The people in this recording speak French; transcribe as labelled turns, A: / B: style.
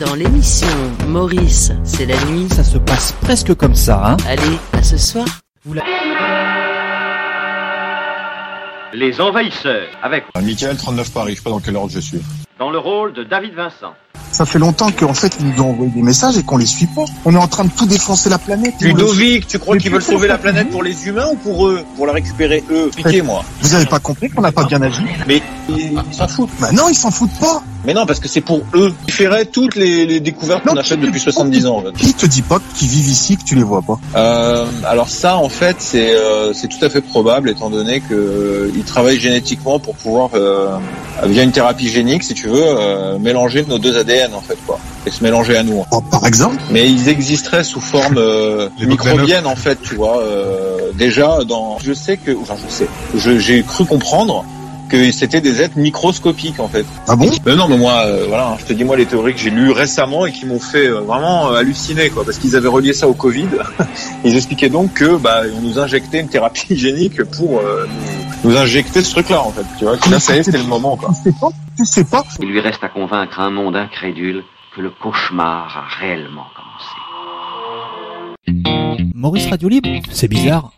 A: Dans l'émission Maurice, c'est la nuit.
B: Ça se passe presque comme ça, hein
A: Allez, à ce soir.
C: Les Envahisseurs, avec
D: Ah, Michael, 39 Paris, je sais pas dans quel ordre je suis.
C: dans le rôle de David Vincent.
E: Ça fait longtemps qu'en fait, ils nous ont envoyé des messages et qu'on les suit pas. On est en train de tout défoncer la planète. et on le suit.
F: Ludovic, tu crois
E: Mais
F: qu'ils veulent
E: pourquoi
F: sauver
E: ils
F: la
E: font
F: planète
E: ça
F: pour les humains ou pour eux Pour la récupérer eux Expliquez-moi.
E: Vous avez pas compris qu'on n'a pas bien agi
F: Mais ils ils s'en foutent.
E: Bah non, ils s'en foutent pas.
F: Mais non, parce que c'est pour eux. Ils feraient toutes les, les découvertes qu'on
E: Non,
F: a faites
E: tu-
F: depuis 70 ans. en fait.
E: Qui te dit pas qu'ils vivent ici, que tu les vois pas
F: Euh, alors ça, en fait, c'est euh, c'est tout à fait probable, étant donné que euh, ils travaillent génétiquement pour pouvoir, euh, via une thérapie génique, si tu veux, euh, mélanger nos deux ADN, en fait, quoi. Et se mélanger à nous.
E: Bon, Oh, Par exemple,
F: Mais ils existeraient sous forme euh,
D: Des
F: microbienne en fait, tu vois. euh, déjà dans, je sais que, enfin je sais, je- j'ai cru comprendre que c'était des êtres microscopiques en fait.
E: ah bon
F: Mais non, mais moi, euh, voilà, hein, je te dis moi les théories que j'ai lues récemment et qui m'ont fait euh, vraiment euh, halluciner quoi, parce qu'ils avaient relié ça au Covid. ils expliquaient donc que bah on nous injectait une thérapie génique pour euh, nous nous injecter ce truc-là en fait. Tu vois, que là ça y est, c'était le moment quoi.
E: Tu sais pas Tu sais pas
C: Il lui reste à convaincre un monde incrédule que le cauchemar a réellement commencé.
B: Maurice Radio Libre C'est bizarre.